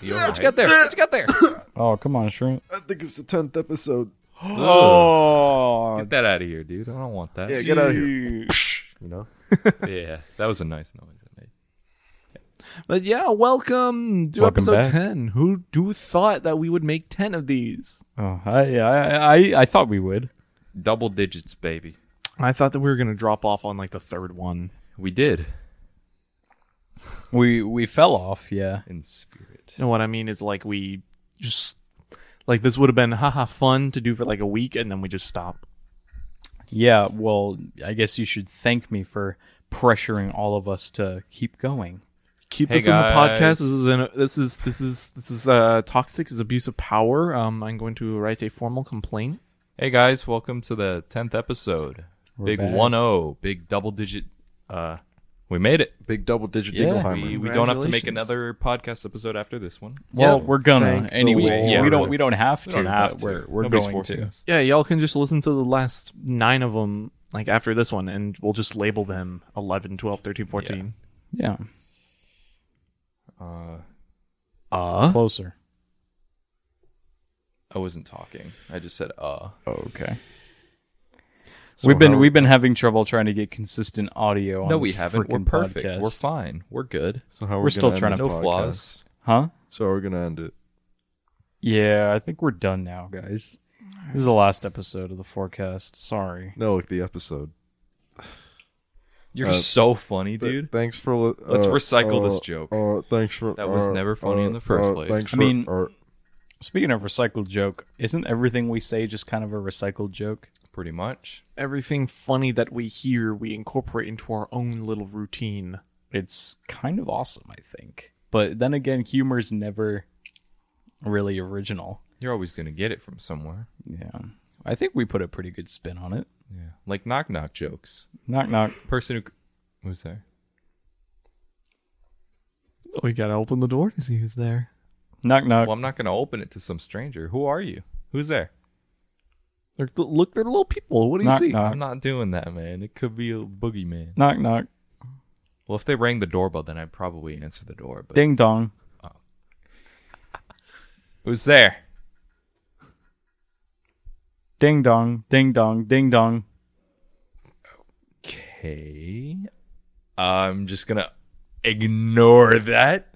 You What you got there? What you got there? Oh, come on, shrimp. I think it's the tenth episode. Oh, Get that out of here, dude. I don't want that. Yeah, Yeah, get out of here. dude. You know, that was a nice noise. I made. But yeah, welcome to Welcome episode back. ten. Who who thought that we would make ten of these? Oh, I, I, I, I thought we would. Double digits, baby. I thought that we were gonna drop off on like the third one. We did We we fell off. Yeah. in spirit. You know what I mean? Is like we just like this would have been haha fun to do for like a week, and then we just stop. Yeah. Well, I guess you should thank me for pressuring all of us to keep going. Keep Hey, this in the podcast. guys. This is an, this is this is this is uh toxic. This is abuse of power. Um, I'm going to write a formal complaint. Hey guys, welcome to the tenth episode. big back. one zero, big double digit. Uh, we made it. big double digit Yeah, Dingleheimer. We, we don't have to make Congratulations. another podcast episode after this one. Well, Yeah. we're gonna Thank the anyway. Lord. yeah, we don't. We don't have to. We don't have but to. We're we're Nobody's going forcing to. us. Yeah, y'all can just listen to the last nine of them, like after this one, and we'll just label them 11, 12, 13, 14. Yeah. Uh, Closer. I wasn't talking. I just said uh. Okay. we've been we've been having trouble trying to get consistent audio. on No, this we haven't. We're frickin' perfect. podcast. We're fine. We're good. So how are We're we still gonna trying end to- No this podcast? flaws. Huh? So are we gonna end it? Yeah, I think we're done now, guys. This is the last episode of the forecast. Sorry. No, like the episode. You're Uh, so funny, Th- dude. thanks for. li- Let's uh, recycle this uh, joke. Uh, thanks for. That was uh, never funny uh, in the first uh, place. Thanks for. I mean- uh, Speaking of recycled joke, isn't everything we say just kind of a recycled joke? Pretty much. everything funny that we hear, we incorporate into our own little routine. It's kind of awesome, I think. But then again, humor's never really original. You're always gonna get it from somewhere. Yeah. I think we put a pretty good spin on it. Yeah. Like knock knock jokes. Knock knock. Person who who's there? We Oh, gotta open the door to see who's there. Knock knock. Well, I'm not gonna open it to some stranger. Who are you? Who's there? They're, look, they're little people. What do you knock see? knock. I'm not doing that, man. It could be a boogeyman. Knock knock. Well, if they rang the doorbell, then I'd probably answer the door. But Ding dong. who's there? Ding dong. Ding dong. Ding dong. Okay. I'm just gonna ignore that.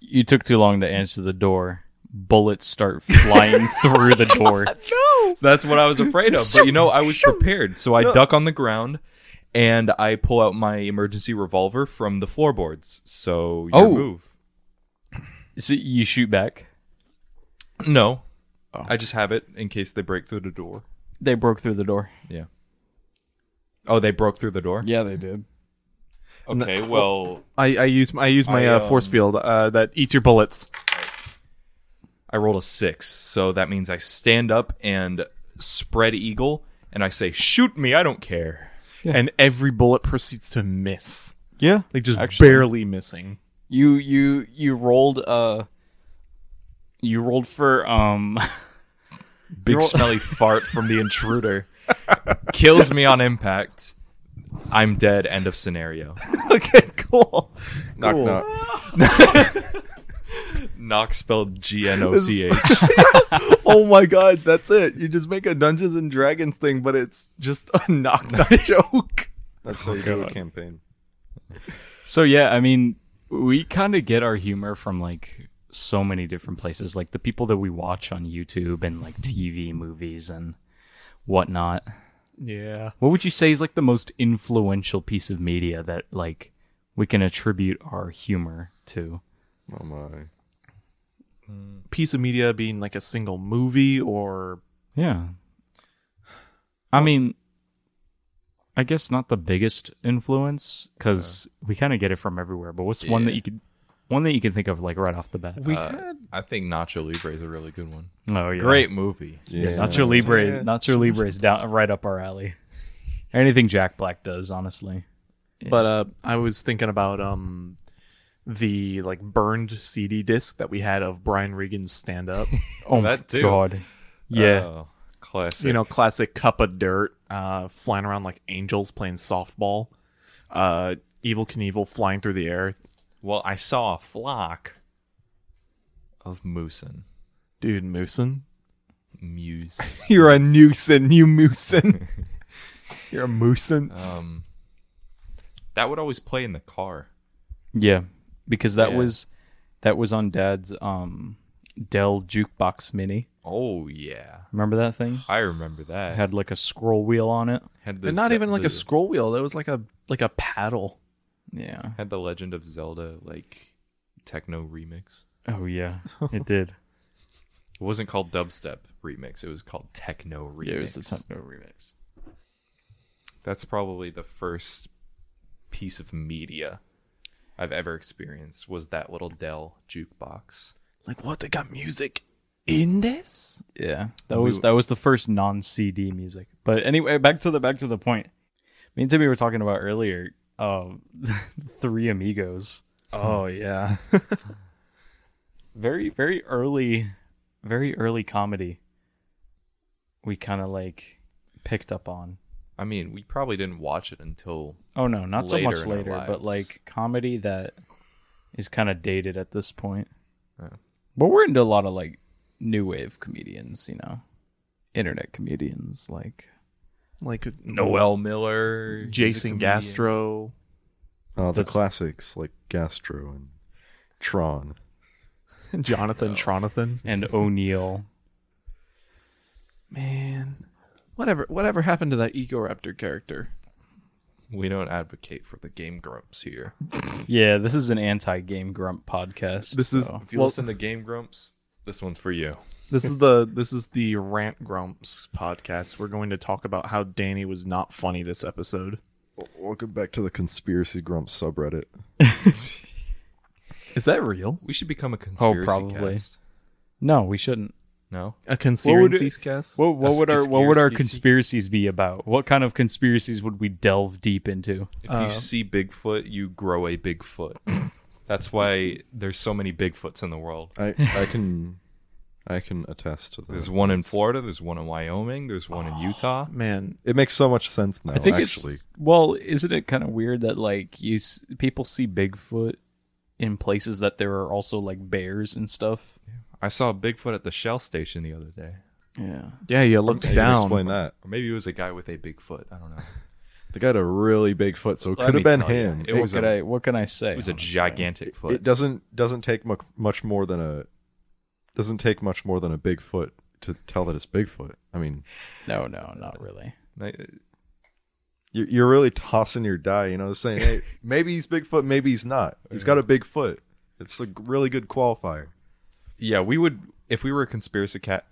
You took too long to answer the door. Bullets start flying through the door. So that's what I was afraid of. But you know, I was prepared. So I duck on the ground and I pull out my emergency revolver from the floorboards. So your Oh. move. So you shoot back. No. I just have it in case they break through the door. They broke through the door. Yeah. Oh, they broke through the door? Yeah, they did. Okay, well, I, I use I use my I, uh, force um, field uh, that eats your bullets. I rolled a six. So that means I stand up and spread eagle and I say, shoot me, I don't care. And every bullet proceeds to miss. Yeah. Like just Actually- barely missing. You you you rolled uh you rolled for um Big smelly fart from the intruder kills me on impact. I'm dead. End of scenario. okay, cool. knock Cool. knock. Knock spelled G N O C H. oh my god, that's it. You just make a Dungeons and Dragons thing, but it's just a knock knock joke. That's how you do a campaign. so yeah, I mean we kind of get our humor from like so many different places, like the people that we watch on YouTube and like TV movies and whatnot. Yeah. What would you say is like the most influential piece of media that like we can attribute our humor to? Oh my. Piece of media being like a single movie or Yeah. I mean, I guess not the biggest influence because we kind of get it from everywhere. But what's one that Yeah. you could, one that you can think of like right off the bat? Uh, we I think Nacho Libre is a really good one. oh yeah, Great movie. Yeah. Nacho Libre, Yeah. Nacho Libre is down right up our alley. Anything Jack Black does, honestly. But uh, I was thinking about um, the like burned CD disc that we had of Brian Regan's stand up. Oh That my too. god, yeah, Oh, classic. you know, classic cup of dirt. uh, flying around like angels playing softball. Uh, Evil Knievel flying through the air. Well, I saw a flock of moosin. Dude, Moosin. Muse. You're a nuisance, you moosin. You're a moosance. Um, that would always play in the car. Yeah, because that Yeah. was that was on Dad's um Dell jukebox mini. Oh yeah, Remember that thing? I remember It that. had like a scroll wheel on it. had the and not Ze- even like the- a scroll wheel. That was like a like a paddle. Yeah. had the Legend of Zelda like techno remix. Oh yeah, it did. It wasn't called dubstep remix. It was called techno remix. Yeah, it was the techno remix. That's probably the first piece of media I've ever experienced was that little Dell jukebox. Like what? They got music in this? Yeah, that was that was the first non CD music. But anyway, back to the back to the point. Me and Timmy were talking about earlier. Um, Three Amigos. Oh yeah. Very very early, very early comedy. We kind of like picked up on. I mean, we probably didn't watch it until Oh no, not later so much in our later, lives. but like comedy that is kind of dated at this point. Yeah. But we're into a lot of like new wave comedians, you know, internet comedians like like Noel Miller, he's a Jason comedian. Gastro. Uh, the classics like Gastro and Tron. Jonathan Tronathan. and O'Neill. Man. Whatever whatever happened to that Egoraptor character? We don't advocate for the game grumps here. Yeah, this is an anti-game grump podcast. This is so- If you well, listen to game grumps, this one's for you. this is the this is the Rant Grumps podcast. We're going to talk about how Danny was not funny this episode. Welcome back to the Conspiracy Grumps subreddit. Is that real? We should become a conspiracy probably. cast. no, we shouldn't. No, A would conspiracy it- cast? What, what Us would our what would our conspiracies. conspiracies be about? What kind of conspiracies would we delve deep into? if you see Bigfoot, you grow a Bigfoot. That's why there's so many Bigfoots in the world. I I can I can attest to There's that. one in Florida. There's one in Wyoming. There's one in Utah. Man, It makes so much sense now. I think actually, it's well, isn't it kind of weird that like you s- people see Bigfoot in places that there are also like bears and stuff? I saw a Bigfoot at the Shell station the other day. Yeah. yeah, you looked I can down. explain that. Or maybe it was a guy with a Bigfoot. I don't know. The guy had a really big foot, so it Let could me have been tell ya, him. it It, what was could a- I what can I say? It was a honestly? gigantic foot. it doesn't doesn't take much much more than a doesn't take much more than a big foot to tell that it's Bigfoot. I mean, No, no, not really. I- you're, you're really tossing your die, you know, saying, hey, maybe he's Bigfoot, maybe he's not. He's got a big foot. It's a g- really good qualifier. Yeah, we would if we were a conspiracy cat.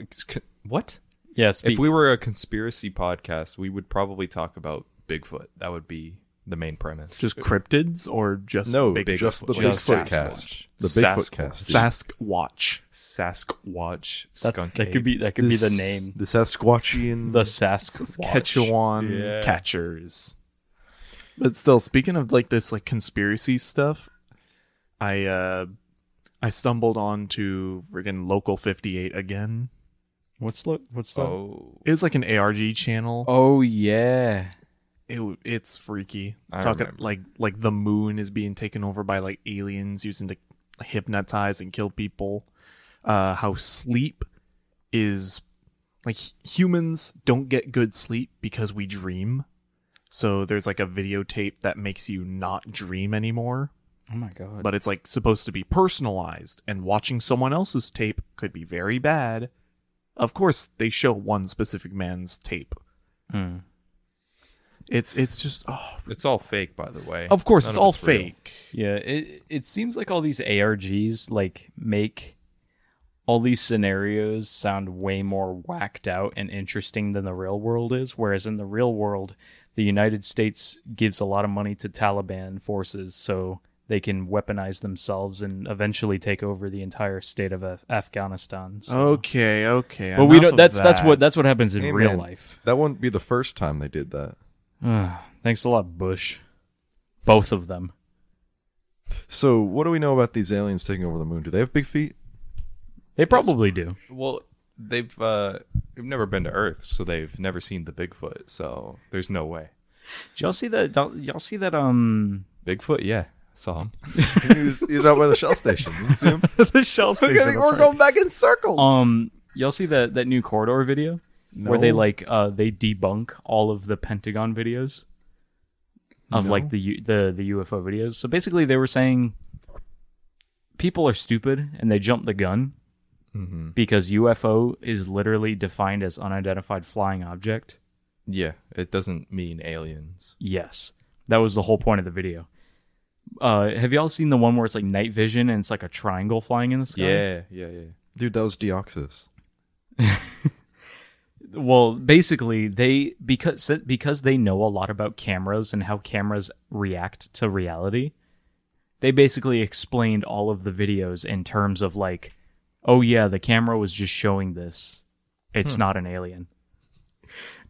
What Yes, if we were a conspiracy podcast? We would probably talk about Bigfoot. That would be the main premise. Just cryptids or just No, big just the Bigfoot? Just Bigfoot Sasquatch. cast. The Sasquatch. Bigfoot cast. dude. Sasquatch. Sasquatch that's, skunk. that could be ape. that could be the This- name. The Sasquatchian. The Sasquatch. Quechuan Yeah. catchers. But still, speaking of like this like conspiracy stuff, I uh I stumbled onto friggin' Local 58 again. What's lo- what's the Oh, It was like an ARG channel. Oh yeah. It w- it's freaky. I Talking remember. like like the moon is being taken over by like aliens using to hypnotize and kill people. Uh, how sleep is like h- humans don't get good sleep because we dream. So there's like a videotape that makes you not dream anymore, Oh my god. but it's like supposed to be personalized. And watching someone else's tape could be very bad. Of course, they show one specific man's tape. Hmm. Mm. It's it's just oh it's all fake, by the way. Of course, None it's all real. fake. Yeah, it it seems like all these ARGs like make all these scenarios sound way more whacked out and interesting than the real world is. Whereas in the real world, the United States gives a lot of money to Taliban forces so they can weaponize themselves and eventually take over the entire state of Af- Afghanistan. So. Okay, okay. but we enough don't. of That's that's that. what that's what happens in Hey, real man, life. That wouldn't be the first time they did that. Ugh, thanks a lot, Bush. Both of them. So, what do we know about these aliens taking over the moon? Do they have big feet? They probably do. Well, they've uh, they've never been to Earth, so they've never seen the Bigfoot. So there's no way. Did y'all see that? don't- Y'all see that? Um, Bigfoot, yeah, saw him. he's, he's out by the Shell station. You see him? the shell station. that's right. back in circles. Um, y'all see that that new corridor video where they like uh they debunk all of the Pentagon videos of like the U- the the UFO videos. So basically, they were saying people are stupid and they jump the gun because UFO is literally defined as unidentified flying object. Yeah, it doesn't mean aliens. Yes, that was the whole point of the video. Uh, have y'all seen the one where it's like night vision and it's like a triangle flying in the sky? Yeah, yeah, yeah. Dude, that was Deoxys. well basically they because because they know a lot about cameras and how cameras react to reality they basically explained all of the videos in terms of like oh yeah the camera was just showing this it's not an alien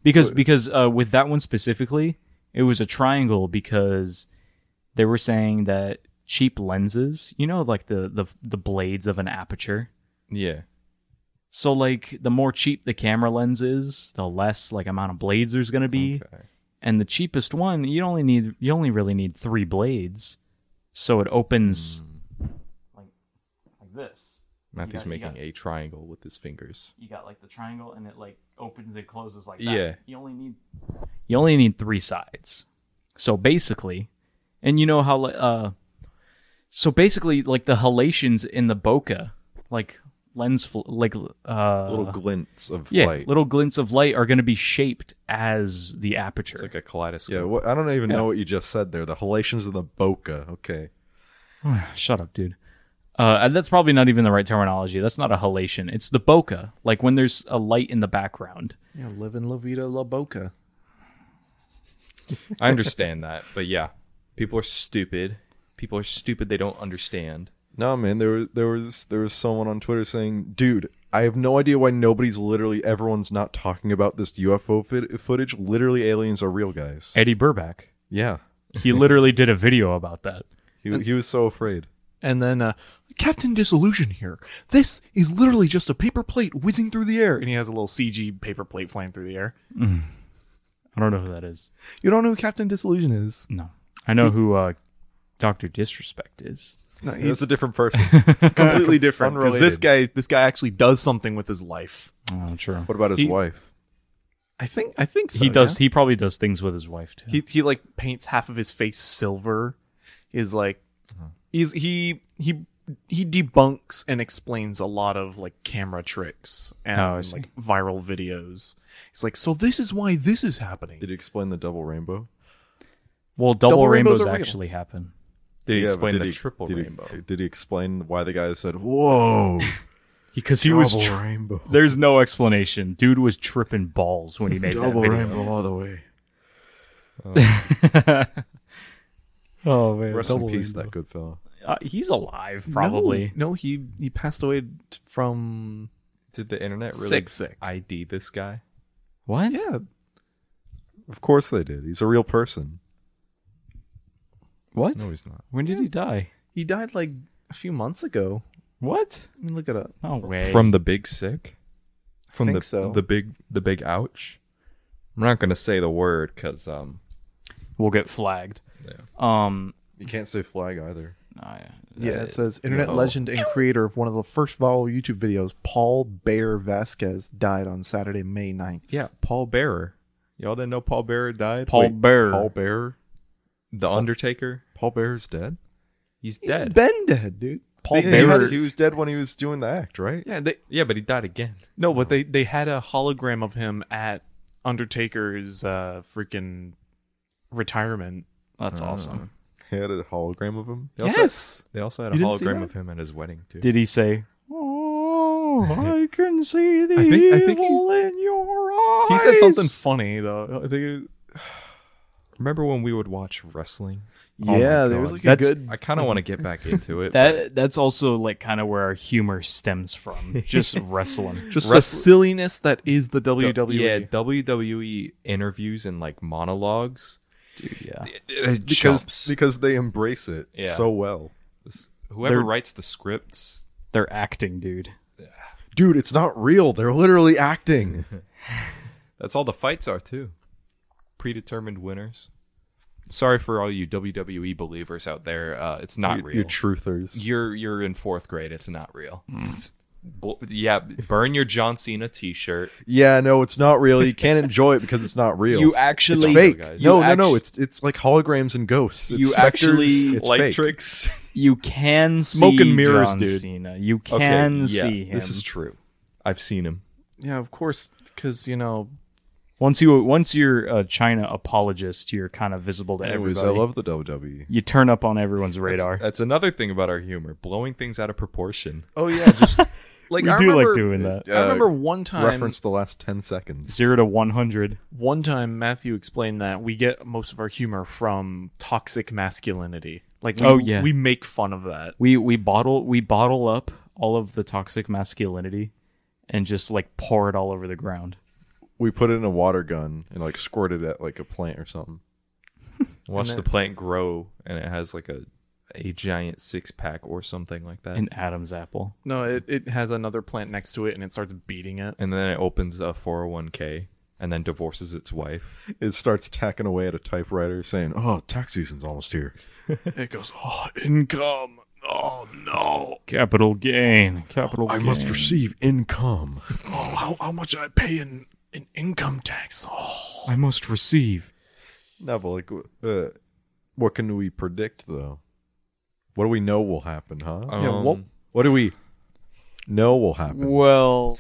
because because uh, with that one specifically it was a triangle because they were saying that cheap lenses you know like the the, the blades of an aperture Yeah. so like the more cheap the camera lens is, the less like amount of blades there's gonna be. Okay. And the cheapest one, you only need you only really need three blades. So it opens Hmm. like like this. Matthew's got- you making got- a triangle with his fingers. You got like the triangle and it like opens and closes like that. Yeah. You only need You only need three sides. So basically and you know how like, uh so basically like the halations in the bokeh, like lens fl- like uh Little glints of yeah, light. little glints of light are going to be shaped as the aperture. It's like a yeah, kaleidoscope. what, I don't even know what you just said there. The halations of the bokeh. Okay. Shut up, dude. Uh, and that's probably not even the right terminology. That's not a halation. It's the bokeh, like when there's a light in the background. yeah, living La Vida La Boca. I understand that, but yeah, people are stupid. People are stupid. They don't understand. No, man, there was there was there was someone on Twitter saying, "Dude, I have no idea why nobody's literally everyone's not talking about this UFO fit- footage. Literally, aliens are real, guys." Eddie Burback, Yeah, he literally did a video about that. he he was so afraid. And then uh, Captain Disillusion here. This is literally just a paper plate whizzing through the air. And he has a little CG paper plate flying through the air. I don't know who that is. You don't know who Captain Disillusion is. No, I know who uh, Doctor Disrespect is. No, he's That's a different person. completely different. Because this Unrelated. guy, this guy actually does something with his life. Oh, true. What about his He- wife? I think. I think so, he does. Oh, yeah. He probably does things with his wife too. He he like paints half of his face silver. Is like, he's he he he debunks and explains a lot of like camera tricks and Oh, I see. like viral videos. He's like, so this is why this is happening. Did he explain the double rainbow? well, double, Double rainbows, rainbows are real. actually happen. They Yeah, but explain did the he- triple did he- rainbow. did he explain why the guy said, "Whoa, Because he was. double tr- rainbow, There's no explanation. Dude was tripping balls when he made that double video. rainbow all the way"? Oh man, Rest in peace, that good fella. Uh, he's alive, probably. No, no, he he passed away t- from Did the internet really Sick, sick. ID this guy? What? yeah. Of course they did. He's a real person. What? No, he's not. when did he die? He died like a few months ago. What? Let me look it up. No way. From the big sick. From think the so. the big the big ouch. I'm not gonna say the word because um we'll get flagged. Yeah. Um. uh, You can't say flag either. I- Uh, Yeah, it says internet legend and creator of one of the first viral YouTube videos, Paul Bear Vasquez, died on Saturday, May 9th. yeah Paul Bearer. Y'all didn't know Paul Bearer died. Paul Bear. Paul Bear. the Undertaker. Paul Bear is dead. He's He's dead. been dead, dude. Paul Yeah, he Bearer. was- he was dead when he was doing the act, right? Yeah, they yeah, but he died again. no, but they they had a hologram of him at Undertaker's uh freaking retirement. That's Uh, awesome. He had a hologram of him. They also- yes. They also had You a didn't see hologram that? of him at his wedding too. Did he say? Oh, I can see the I think- I think evil in your eyes. He said something funny though. I think it, Remember when we would watch wrestling? my yeah, there was God. like That's- a good I kind of want to get back into it. That that's also like kind of where our humor stems from, just wrestling. just the silliness that is the E. WWE. Yeah, WWE interviews and like monologues. Dude, yeah. Because because they embrace it Yeah. so well. whoever they're- writes the scripts, They're acting, dude. dude, it's not real. They're literally acting. That's all the fights are too. Predetermined winners. Sorry for all you WWE believers out there. Uh, it's not You real. truthers. You're you're in fourth grade. It's not real. Bu- yeah, burn your John Cena T-shirt. Yeah, no, it's not real. You can't enjoy it because it's not real. You It's- actually- it's fake. Guys. No, You no, no. actu- It's it's like holograms and ghosts. It's You specters. actually- it's Light fake. tricks. You can Smoke see and mirrors, John dude. Cena. You Okay, can yeah, see him. This is true. I've seen him. Yeah, of course, because you know once you once you're a China apologist, you're kind of visible to Anyways, everybody. I love the E. WWE. you turn up on everyone's radar. That's another thing about our humor: blowing things out of proportion. Oh yeah, just like we I do remember, like doing that. I remember one time Uh, Reference the last ten seconds. Zero to one hundred. one time Matthew explained that we get most of our humor from toxic masculinity. Like we, Oh, yeah. we make fun of that. We we bottle we bottle up all of the toxic masculinity and just like pour it all over the ground. We put it in a water gun and like squirted it at like a plant or something. Watch And the plant grow, and it has like a a giant six pack or something like that. An Adam's apple. No, it, it has another plant next to it and it starts beating it. and then it opens a 401k and then divorces its wife. It starts tacking away at a typewriter, saying, "Oh, tax season's almost here." It goes, "Oh, income. Oh no. Capital gain. Capital I gain. must receive income. Oh, how how much I pay in in income tax." Oh. I must receive. No, but like, uh, what can we predict though? What do we know will happen, huh? Um, well- what do we know will happen? Well,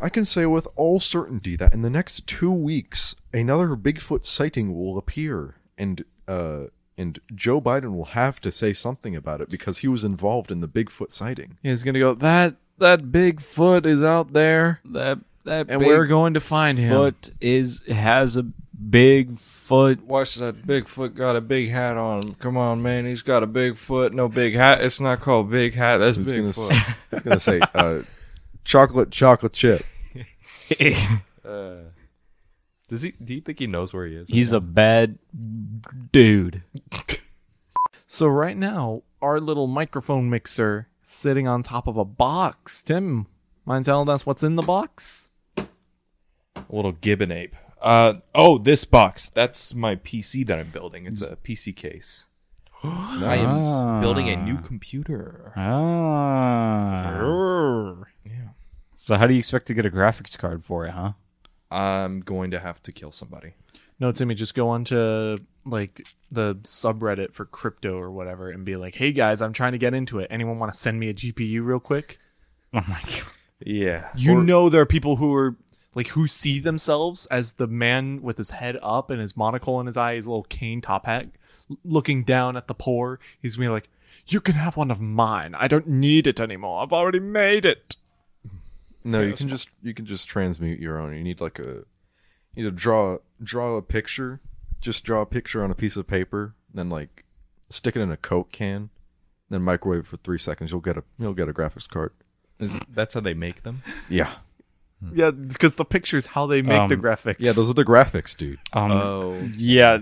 I can say with all certainty that in the next two weeks, another Bigfoot sighting will appear, and uh, and Joe Biden will have to say something about it because he was involved in the Bigfoot sighting. He's going to go, "That that Bigfoot is out there that that and we're going to find him." foot is has a big foot. Watch that Bigfoot got a big hat on. Come on, man. He's got a big foot. No big hat. It's not called big hat. That's He's big gonna, foot. say, he's gonna say, uh, "Chocolate, chocolate chip." does he? Do you think he knows where he is? He's a bad dude. So right now, our little microphone mixer sitting on top of a box. Tim, mind telling us what's in the box? a little gibbon ape. Uh, oh, this box. That's my PC that I'm building. It's a PC case. I am Ah. building a new computer. Ah. Yeah. So how do you expect to get a graphics card for it, huh? I'm going to have to kill somebody. No, Timmy, just go on to like the subreddit for crypto or whatever and be like, "Hey guys, I'm trying to get into it. Anyone want to send me a GPU real quick?" Oh my god. Yeah. You know there are people who are like who see themselves as the man with his head up and his monocle in his eye, his little cane top hat, l- looking down at the poor. He's gonna be like, "You can have one of mine. I don't need it anymore. I've already made it." No, you can just you can just transmute your own. You need like a you need to draw draw a picture. Just draw a picture on a piece of paper, then like stick it in a Coke can, then microwave it for three seconds. You'll get a you'll get a graphics card. Is- that's how they make them. Yeah. Yeah, because the picture's how they make the Um, graphics. Yeah, those are the graphics, dude. Um, Oh. yeah.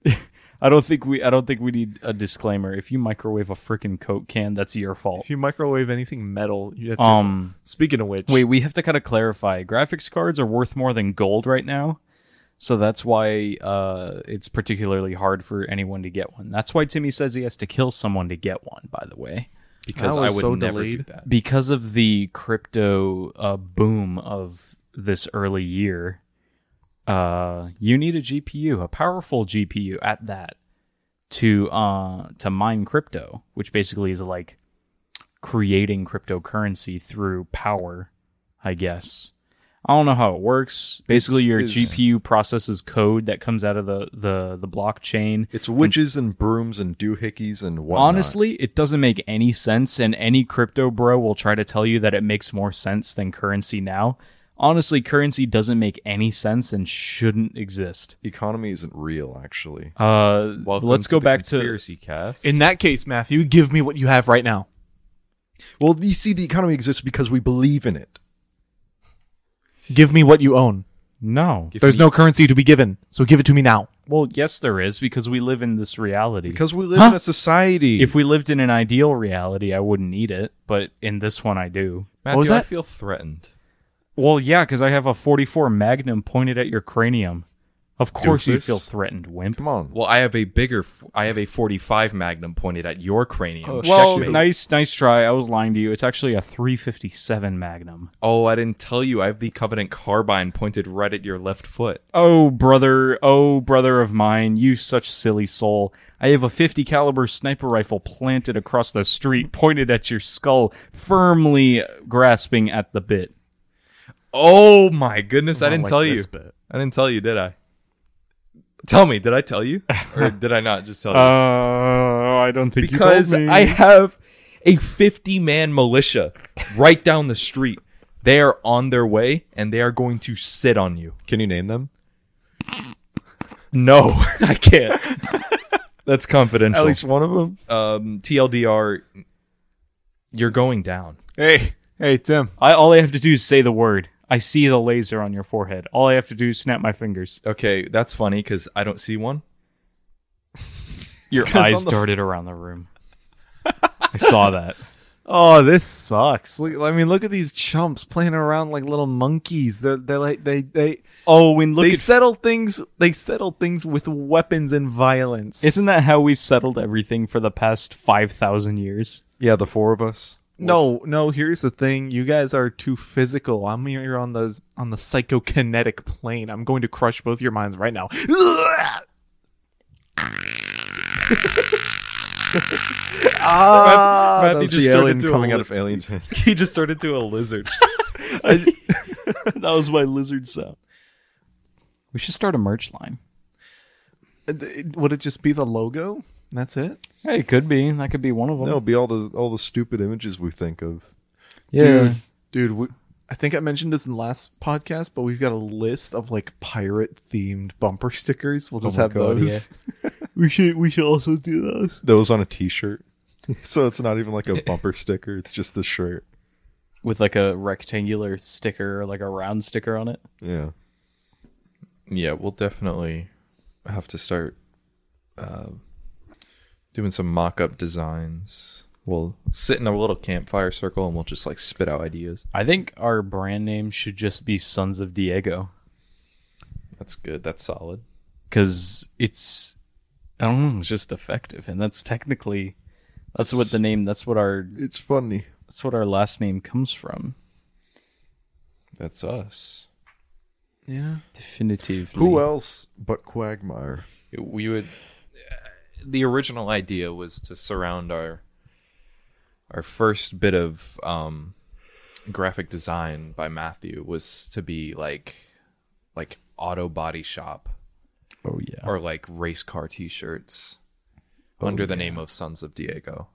I don't think we I don't think we need a disclaimer. If you microwave a freaking Coke can, that's your fault. if you microwave anything metal, you- that's your Um fault. Speaking of which, Wait, we have to kind of clarify. Graphics cards are worth more than gold right now. So that's why uh, it's particularly hard for anyone to get one. That's why Timmy says he has to kill someone to get one, by the way. Because That I was would so never delayed. do that. Because of the crypto uh, boom of this early year, uh, you need a GPU, a powerful GPU at that, to uh, to mine crypto, which basically is like creating cryptocurrency through power, I guess. I don't know how it works. Basically, It's- your it's- GPU processes code that comes out of the the, the blockchain. It's witches and brooms and doohickeys and whatnot. Honestly, it doesn't make any sense, and any crypto bro will try to tell you that it makes more sense than currency now. Honestly, currency doesn't make any sense and shouldn't exist. economy isn't real. Actually, Uh, Welcome let's to go the back to conspiracy cast. in that case, Matthew, give me what you have right now. well, you see, the economy exists because we believe in it. Give me what you own. no. There's no currency to be given, so give it to me now. Well, yes, there is because we live in this reality. Because we live in a society. if we lived in an ideal reality, I wouldn't need it, but in this one, I do. Matthew, was I that? feel threatened. Well, yeah, because I have a 44 Magnum pointed at your cranium. Of course you Doofus. feel threatened, wimp. Come on. Well, I have a bigger. f- I have a 45 Magnum pointed at your cranium. Oh, Well, Checkmate. nice, nice try. I was lying to you. It's actually a 357 Magnum. Oh, I didn't tell you. I have the Covenant carbine pointed right at your left foot. Oh, brother, oh, brother of mine, you such silly soul. I have a 50 caliber sniper rifle planted across the street, pointed at your skull, firmly grasping at the bit. Oh my goodness! I Not didn't like tell you. this bit. I didn't tell you, did I? Tell me, did I tell you, or did I not just Uh, tell you? Oh, I don't think because you told me. I have a 50 man militia right down the street. They are on their way and they are going to sit on you. Can you name them? No, I can't. That's confidential. At least one of them. um, TLDR, you're going down. Hey, hey, Tim. I all I have to do is say the word. I see the laser on your forehead. All I have to do is snap my fingers. Okay, that's funny because I don't see one. Your eyes darted around the room. I saw that. Oh, this sucks. Look, I mean, look at these chumps playing around like little monkeys. They're, they're like they they Oh, and look they at settle things. They settle things with weapons and violence. Isn't that how we've settled everything for the past 5,000 years? Yeah, the four of us. no, no. Here's the thing: you guys are too physical. I'm here on the on the psychokinetic plane. I'm going to crush both your minds right now. ah, Matthew That was just the turned alien into a coming li- out of aliens. He just turned into a lizard. that was my lizard sound. We should start a merch line. Would it just be the logo? That's it. Hey, it could be. That could be one of them. That'll be all the all the stupid images we think of. Dude, dude, we, I think I mentioned this in the last podcast, but we've got a list of like pirate themed bumper stickers. We'll just my have God, those. we should we should also do those. Those on a T-shirt. so it's not even like a bumper sticker. It's just the shirt. With like a rectangular sticker or like a round sticker on it. Yeah. yeah, we'll definitely have to start uh, doing some mock up designs. We'll sit in a little campfire circle and we'll just like spit out ideas. I think our brand name should just be Sons of Diego That's good. That's solid. because it's, I don't know, it's just effective. And that's technically, that's what the name, that's what our, It's funny. that's what our last name comes from. That's us. Yeah. Definitively. Who else but Quagmire? we would uh, the original idea was to surround our our first bit of um graphic design by Matthew was to be like like auto body shop Oh, yeah. or like race car t-shirts under the name of Sons of Diego.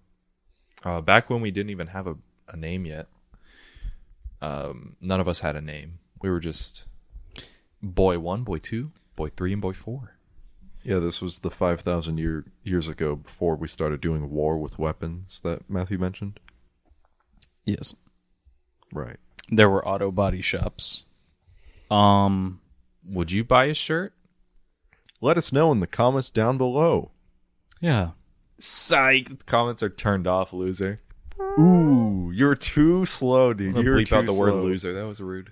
Uh, back when we didn't even have a, a name yet, um, none of us had a name. We were just boy one, boy two, boy three, and boy four. Yeah, this was the five thousand year years ago before we started doing war with weapons that Matthew mentioned. Yes. Right. there were auto body shops. Um, Would you buy a shirt? Let us know in the comments down below. yeah. Psych. Comments are turned off, loser. Ooh, you're too slow, dude. I'm gonna You're bleep too out the slow. word loser. That was rude.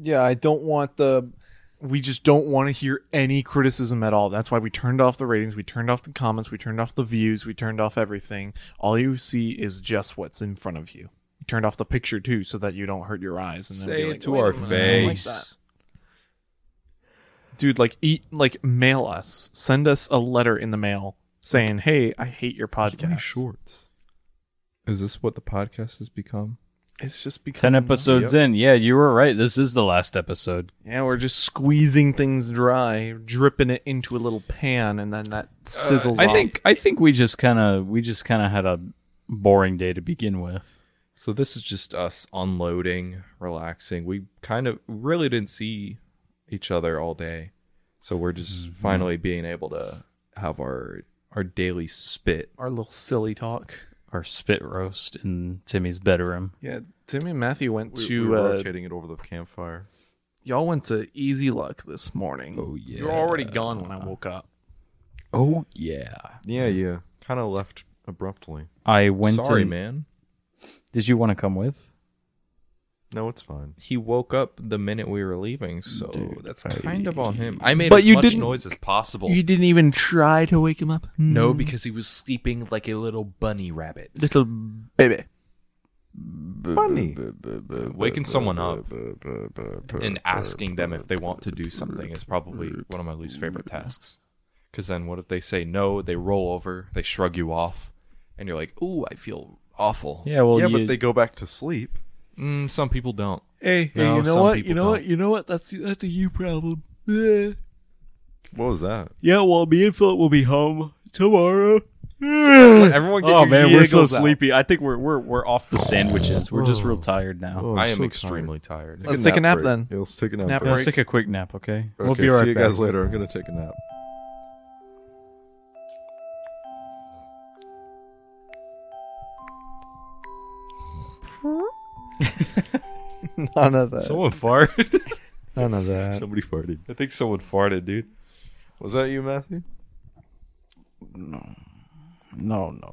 Yeah, I don't want the we just don't want to hear any criticism at all. That's why we turned off the ratings, we turned off the comments, we turned off the views, we turned off everything. All you see is just what's in front of you. We turned off the picture too so that you don't hurt your eyes and then be Say like, it to "Wait a our minute, I don't like that." face. dude like eat like mail us send us a letter in the mail saying hey i hate your podcast shorts. Is this what the podcast has become? it's just because Ten episodes in. Yeah, you were right. This is the last episode. yeah we're just squeezing things dry dripping it into a little pan and then that sizzles I off. think I think we just kind of we just kind of had a boring day to begin with. So this is just us unloading, relaxing. We kind of really didn't see each other all day, so we're just Mm-hmm. finally being able to have our our daily spit. our little silly talk Our spit roast in Timmy's bedroom. yeah timmy and matthew went We, to we were uh, rotating it over the campfire. y'all went to easy luck this morning Oh, yeah. you were already gone when i woke up Oh yeah. Yeah, yeah. Kind of left abruptly. I went. Sorry, and- man. Did you want to come with? No, it's fine. He woke up the minute we were leaving, so that's I- kind of on him. I made But as you much didn't- noise as possible. You didn't even try to wake him up? No, because he was sleeping like a little bunny rabbit. Little baby. Bunny. Waking someone up and asking them if they want to do something is probably one of my least favorite tasks. Because then, what if they say no? They roll over, they shrug you off, and you're like, "Ooh, I feel awful." Yeah, well, yeah, you- but they go back to sleep. Mm, some people don't. Hey, hey, No, you know some what? people You know don't. what? You know what? That's that's a you problem. Eh. Yeah. What was that? yeah. Well, me and Philip will be home tomorrow. Everyone, get Oh your man, we're so yiggles out. sleepy. I think we're we're we're off the sandwiches. We're just real tired now. Oh, I'm I am so extremely tired. Let's take a nap break. then. Yeah, let's take a nap. Nap break. break. Let's take a quick nap, okay? we'll Okay, be right see you back. guys later. I'm gonna take a nap. None of that. Someone farted. None of that. Somebody farted. I think someone farted, dude. Was that you, Matthew? No, no, no.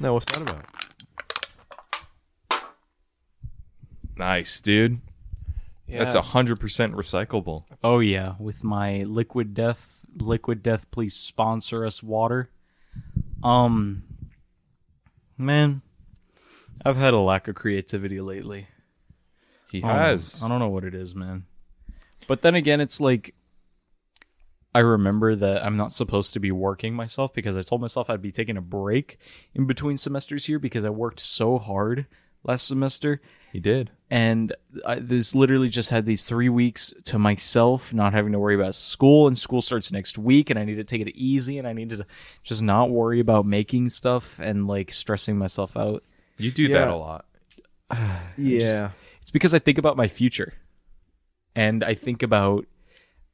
No, what's that about? Nice, dude. That's Yeah. a hundred percent recyclable. Oh yeah, with my liquid death, liquid death, please sponsor us water. Um, man, I've had a lack of creativity lately. He I don't know. has. I don't know what it is, man. But then again, it's like I remember that I'm not supposed to be working myself because I told myself I'd be taking a break in between semesters here because I worked so hard last semester He did. and I, this literally just had these three weeks to myself, not having to worry about school. And school starts next week, and I need to take it easy, and I need to just not worry about making stuff and like stressing myself out. You do Yeah. that a lot. Yeah. It's because I think about my future, and I think about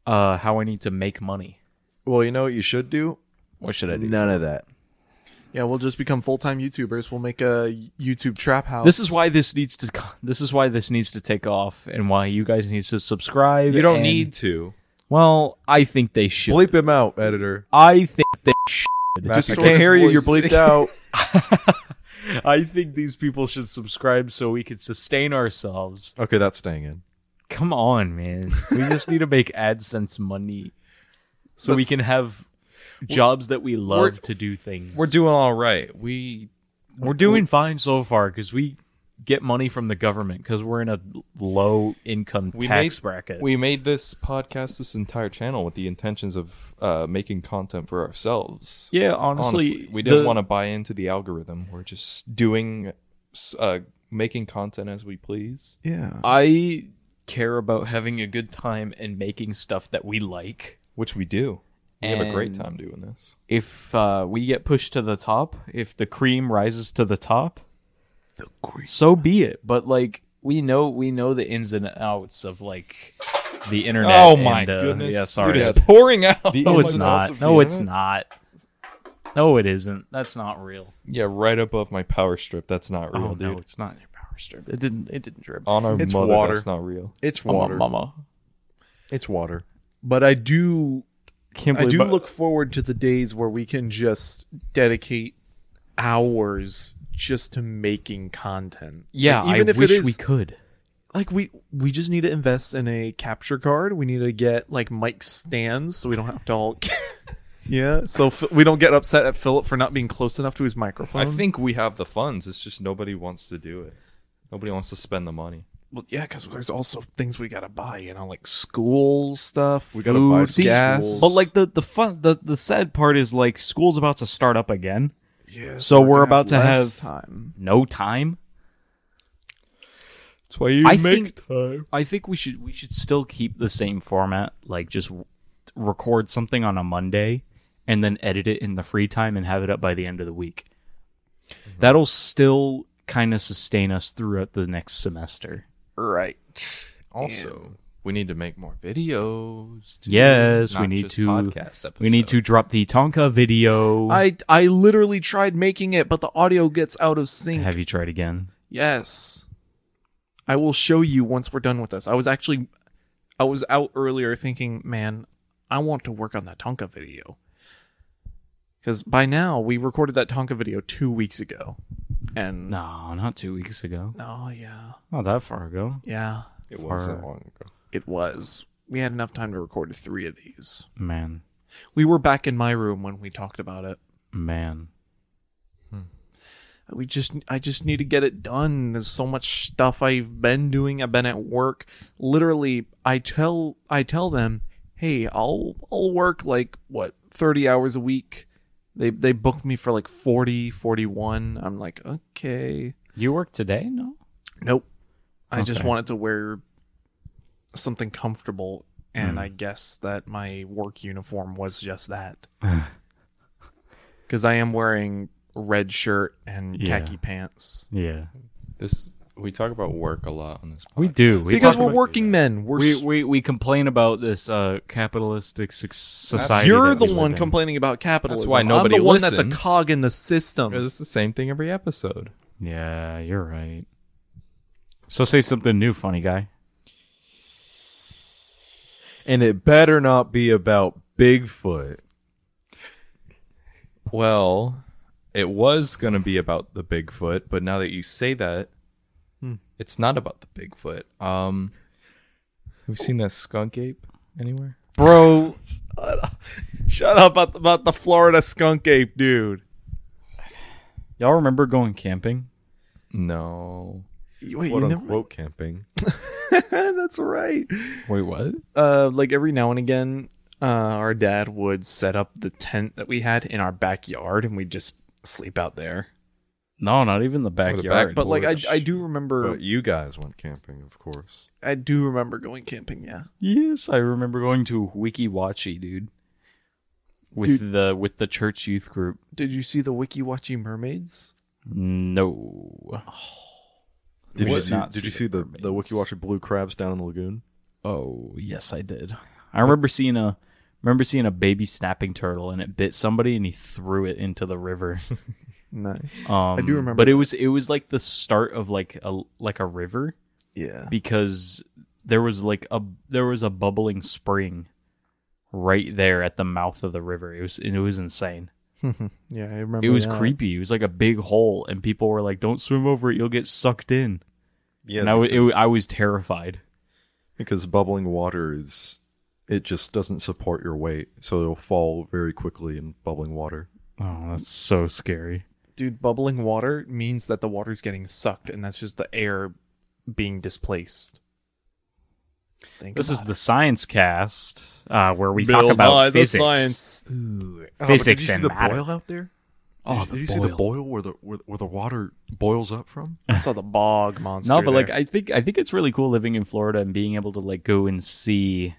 uh, how I need to make money. Well, you know what you should do? What should I do? None of that. Yeah, we'll just become full time YouTubers. We'll make a YouTube trap house. This is why this needs to. co- This is why this needs to take off, and why you guys need to subscribe. You don't and- need to. Well, I think they should. Bleep him out, editor. I think they should. I can't hear you. You're bleeding. bleeped out. I think these people should subscribe so we could sustain ourselves. Okay, that's staying in. Come on, man. We just need to make AdSense money so we That's- can have jobs that we love to do things. We're doing all right. We we're doing fine so far because we get money from the government because we're in a low income We tax make- bracket. we made this podcast, this entire channel, with the intentions of uh, making content for ourselves. yeah, Honestly, honestly, we didn't want to buy into the algorithm. We're just doing, s- uh, making content as we please. Yeah. I care about having a good time and making stuff that we like. which we do. We have a great And- time doing this. if uh, we get pushed to the top, if the cream rises to the top, so be it. But like we know, we know the ins and outs of like the internet. Oh my and, uh, goodness! Yeah, sorry. Dude, it's pouring out. The no, ins it's and outs of not. the No, it's internet? not. No, it isn't. That's not real. yeah, right above my power strip. That's not real, oh dude. no, it's not your power strip. It didn't. It didn't drip. On our It's mother, water. that's not real. It's Mama, water. mama. It's water. But I do Can't I believe do my- look forward to the days where we can just dedicate hours just to making content. Yeah, Like, even I if wish it is, we could. Like we we just need to invest in a capture card. We need to get like mic stands so we don't have to all. yeah, so Ph- we don't get upset at Philip for not being close enough to his microphone. I think we have the funds. It's just nobody wants to do it. Nobody wants to spend the money. Well, yeah, because there's also things we gotta buy. You know, like school stuff. We gotta buy food, gas. schools. But like the the fun the the sad part is like school's about to start up again. Yeah, so we're gonna about to less have- time. No time. That's why you I make think- I think we should we should still keep the same format, like just w- record something on a Monday and then edit it in the free time and have it up by the end of the week. That'll still kind of sustain us throughout the next semester. Right. Also, we need to make more videos. too, Yes, we not need just to podcast episodes. We need to drop the Tonka video. I I literally tried making it, but the audio gets out of sync. have you tried again? Yes. I will show you once we're done with this. I was actually I was out earlier thinking, man, I want to work on that Tonka video. Cuz by now we recorded that Tonka video 2 weeks ago. and No, not two weeks ago. no, yeah, Not that far ago. yeah, It was Far- that long ago. it was. We had enough time to record three of these. Man, We were back in my room when we talked about it. man. we just i just need to get it done there's so much stuff i've been doing i've been at work literally i tell i tell them hey i'll i'll work like what 30 hours a week they they booked me for like 40 41 i'm like okay You work today? No. nope i just Okay. wanted to wear something comfortable and i guess that my work uniform was just that because i am wearing a red shirt and Yeah. khaki pants Yeah. This we talk about work a lot on this. Podcast. We do. We because talk we're about- working men. We're we, s- we we complain about this uh, capitalistic soc- society. you're that we the live one in. complaining about capitalism. why nobody I'm the one that's listens. a cog in the Because system. It's the same thing every episode. Yeah, you're right. So say something new, funny guy. And it better not be about Bigfoot. Well, it was gonna be about the Bigfoot, but now that you say that, it's not about the Bigfoot. Um, have you seen that skunk ape anywhere? Bro, shut up about about the Florida skunk ape, dude. Y'all remember going camping? No. Wait, Quote you never, unquote camping. that's right. Wait, what? Uh, like every now and again, uh, our dad would set up the tent that we had in our backyard, and we'd just sleep out there. No, not even the the backyard. back- But like I, Porch. I do remember, But you guys went camping, of course. I do remember going camping. Yeah, yes, I remember going to Wikiwachi, dude. With the with the church youth group. did you see the Wiki Watchy mermaids? No. Did We you did see? not Did see you the see the the mermaids. Wiki Watcher blue crabs down in the lagoon? Oh yes, I did. I remember seeing a remember seeing a baby snapping turtle and it bit somebody and he threw it into the river. Nice. Um, do remember but it that. was it was like the start of like a like a river Yeah. because there was like a there was a bubbling spring right there at the mouth of the river. It was it was insane. Oh, Yeah, I remember. It was that. creepy. It was like a big hole, and people were like, "Don't swim over it; you'll get sucked in." Yeah, and I, wa- it, wa- because- I was terrified. because bubbling water is it just doesn't support your weight, so it'll fall very quickly in bubbling water. Oh, that's so scary. Dude, bubbling water means that the water's getting sucked, and that's just the air being displaced. Think This is about the science cast uh, where we talk about physics. Oh, but did you Physics see and the the matter. boil out there? Oh, did you see the boil where the where, where the water boils up from? it. I saw the bog monster. No, but there. like I think I think it's really cool living in Florida and being able to like go and see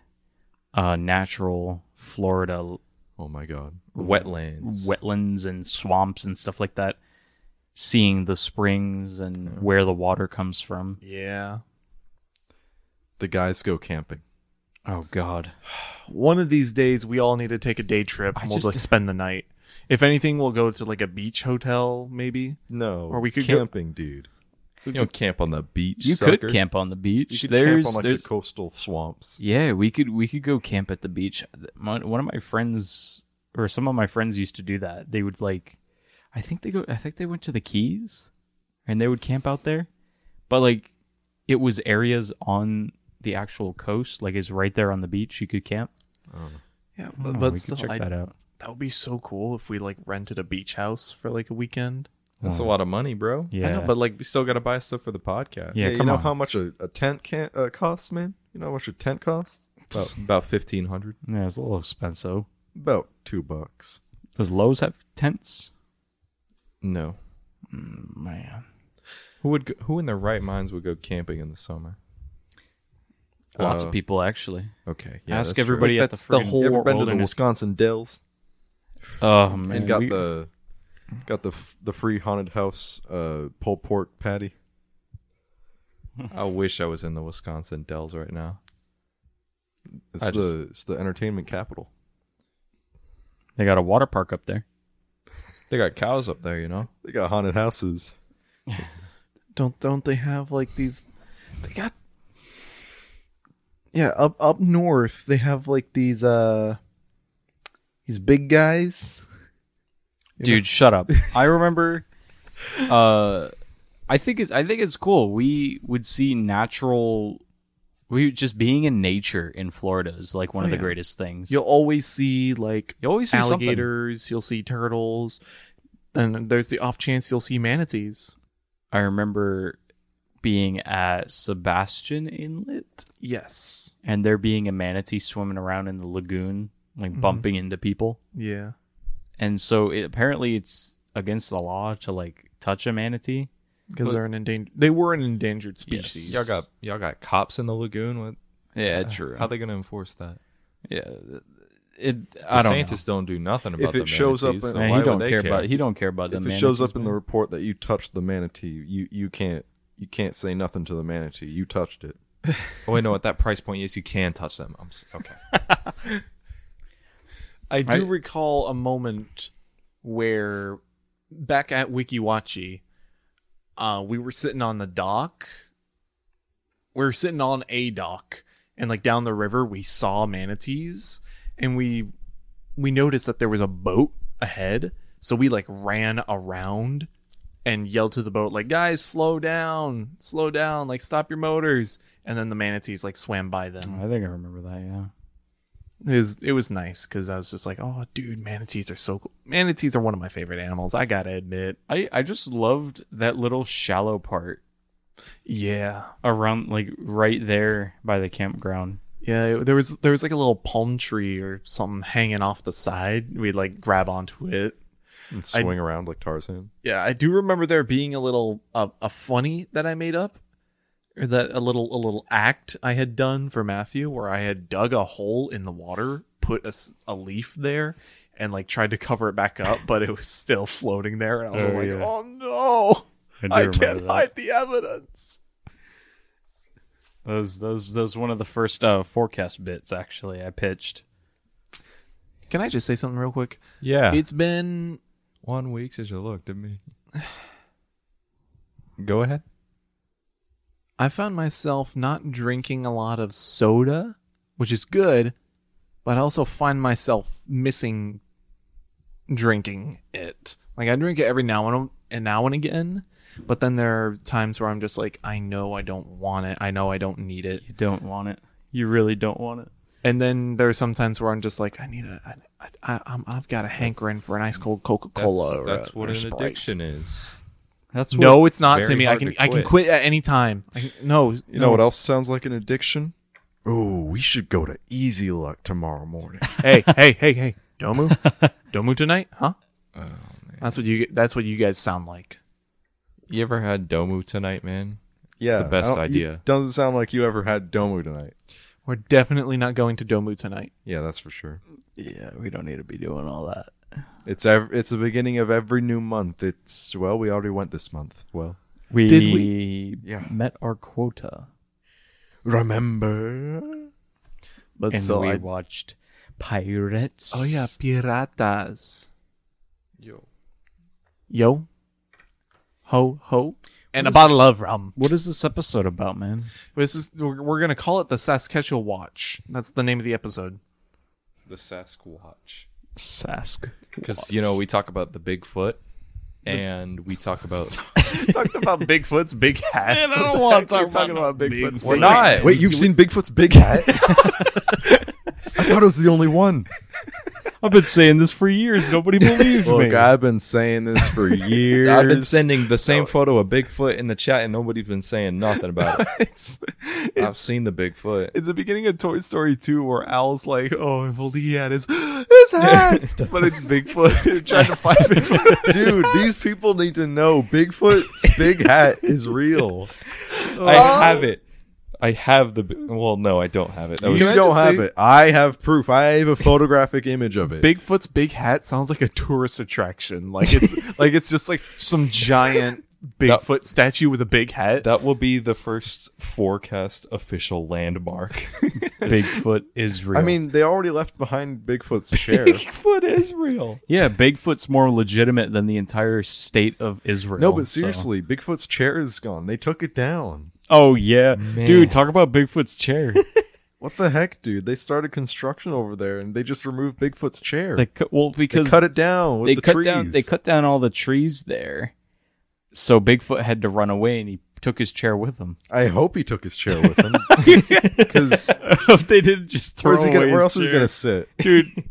uh natural Florida Oh my god! Wetlands. wetlands and swamps and stuff like that. Seeing the springs and where the water comes from. yeah, The guys go camping. Oh god. one of these days we all need to take a day trip. and We'll just- just spend the night. If anything, we'll go to like a beach hotel, maybe. No, Or we could go- camping, dude. You don't camp on the beach. You sucker. could camp on the beach. You should there's camp on like there's the coastal swamps. Yeah, we could we could go camp at the beach. My, one of my friends or some of my friends used to do that. They would like I think they go I think they went to the Keys and they would camp out there. But like it was areas on the actual coast, like it's right there on the beach you could camp. Yeah, Oh, but, we but could still, check I- that out. that would be so cool if we like rented a beach house for like a weekend. That's a lot of money, bro. Yeah. I know, but like We still gotta buy stuff for the podcast. Yeah, you come know on. how much a, a tent can uh, costs, man? You know how much a tent costs? About, about fifteen hundred. Yeah, it's a little expensive. About two bucks. Does Lowe's have tents? No. Man. Who would go, who in their right minds would go camping in the summer? Lots Uh, of people actually. Okay. Ask that's true. everybody Like, at the, that's the friggin' whole- You ever been to the wilderness. Wisconsin Dells? Oh man. and got we- the got the f- the free haunted house uh pulled pork patty. I wish I was in the Wisconsin Dells right now. It's I just- the it's the entertainment capital. they got a water park up there. They got cows up there, you know. They got haunted houses. don't don't they have like these they got yeah up up north they have like these uh these big guys Dude, shut up. I remember uh, I think it's I think it's cool. We would see natural. We just being in nature in Florida is like one of Oh, the yeah. greatest things. You'll always see like You always see something. alligators, you'll see turtles, and there's the off chance you'll see manatees. I remember being at Sebastian Inlet Yes. and there being a manatee swimming around in the lagoon, Mm-hmm. like bumping into people. Yeah. And so it, apparently it's against the law to like touch a manatee. Because they're an endangered. They were an endangered Yes. species. Y'all got y'all got cops in the lagoon. What? Yeah, true. How they gonna enforce that? yeah, Uh, it. I don't. DeSantis don't, do nothing about If the it shows up manatees, in- so know. Man, why he would don't they care, about. He don't care about if them. it shows up in the report that you touched the manatee, you you can't you can't say nothing to the manatee. You touched it. Oh, wait, no. At that price point, yes, you can touch them. I'm s- okay. I do I- recall a moment where back at Wikiwachi, uh, we were sitting on the dock. We were sitting on a dock, and like down the river, we saw manatees, and we we noticed that there was a boat ahead, so we like ran around and yelled to the boat like, "Guys, slow down, slow down, like stop your motors!" And then the manatees like swam by them I think I remember that. Yeah. it was, it was nice because I was just like, oh, dude, manatees are so cool. Manatees are one of my favorite animals. I gotta admit. I I just loved that little shallow part Yeah, around, like right there by the campground. yeah. it- There was there was like a little palm tree or something hanging off the side. We'd like grab onto it. And swing around like Tarzan. Yeah, I do remember there being a little uh, a funny that I made up, or that a little a little act I had done for Matthew, where I had dug a hole in the water, put a, s- a leaf there, and like tried to cover it back up, but it was still floating there, and I was Oh, just like, yeah. oh no. do I remember can't that. hide the evidence. That was, that was, that was one of the first uh, forecast bits, actually, I pitched. Can I just say something real quick? Yeah. It's been One week since you looked at me. Go ahead. I found myself not drinking a lot of soda, which is good, but I also find myself missing drinking it. Like I drink it every now and and now and again, but then there are times where I'm just like, I know I don't want it. I know I don't need it. You don't want it. You really don't want it. And then there are some times where I'm just like, I need a, I, I, I'm, I've got a hankering for an ice cold Coca Cola. That's, that's what an Sprite. addiction is. That's No, it's not very Timmy. I hard can to I can quit. quit at any time. I can, no, You know what else sounds like an addiction? Oh, we should go to Easy Luck tomorrow morning. hey, hey, hey, hey, Domu, Domu tonight, huh? That's what you. That's what you guys sound like. You ever had Domu tonight, man? yeah, the best I don't- you- idea. doesn't sound like you ever had Domu tonight. We're definitely not going to Domu tonight. Yeah, that's for sure. Yeah, we don't need to be doing all that. It's ev- it's the beginning of every new month. It's well, we already went this month. Well, We, Did Yeah. met our quota. remember? But And so we I- watched Pirates. oh yeah, piratas. Yo. Yo, ho ho, and a bottle of rum. What is this episode about, man? This is we're, we're gonna call it the Saskatchewan Watch. That's the name of the episode. The Sasquatch. Sask. Because, you know, we talk about the Bigfoot and we talk about. Talked about Bigfoot's big hat. I don't want to talk talking about Bigfoot's We're big not. Wait, you've seen Bigfoot's big hat? I thought it was the only one. I've been saying this for years. Nobody believed Look, me. I've been saying this for years. I've been sending the same photo of Bigfoot in the chat and nobody's been saying nothing about it. It's, I've seen the Bigfoot. it's the beginning of Toy Story 2 where Al's like, oh, if only he had his, his hat. but it's Bigfoot. They're trying to find Bigfoot. Dude, these people need to know Bigfoot's big hat is real. I Oh. have it. I have the. Bi- Well, no, I don't have it. That You was- Can I don't just have say- it. I have proof. I have a photographic image of it. Bigfoot's big hat sounds like a tourist attraction. Like it's like it's just like some giant Bigfoot statue with a big hat. that will be the first forecast official landmark. Bigfoot is real. I mean, they already left behind Bigfoot's chair. Bigfoot is real. yeah, Bigfoot's more legitimate than the entire state of Israel. no, but so- seriously, Bigfoot's chair is gone. They took it down. Oh yeah, dude, talk about Bigfoot's chair. What the heck, dude? They started construction over there and they just removed Bigfoot's chair. they They, cu- well because cut it down with they the cut trees. down they cut down all the trees there So Bigfoot had to run away, and he took his chair with him. I hope he took his chair with him. Because if they didn't just throw where's he gonna, away where his else is he chair. gonna sit? dude.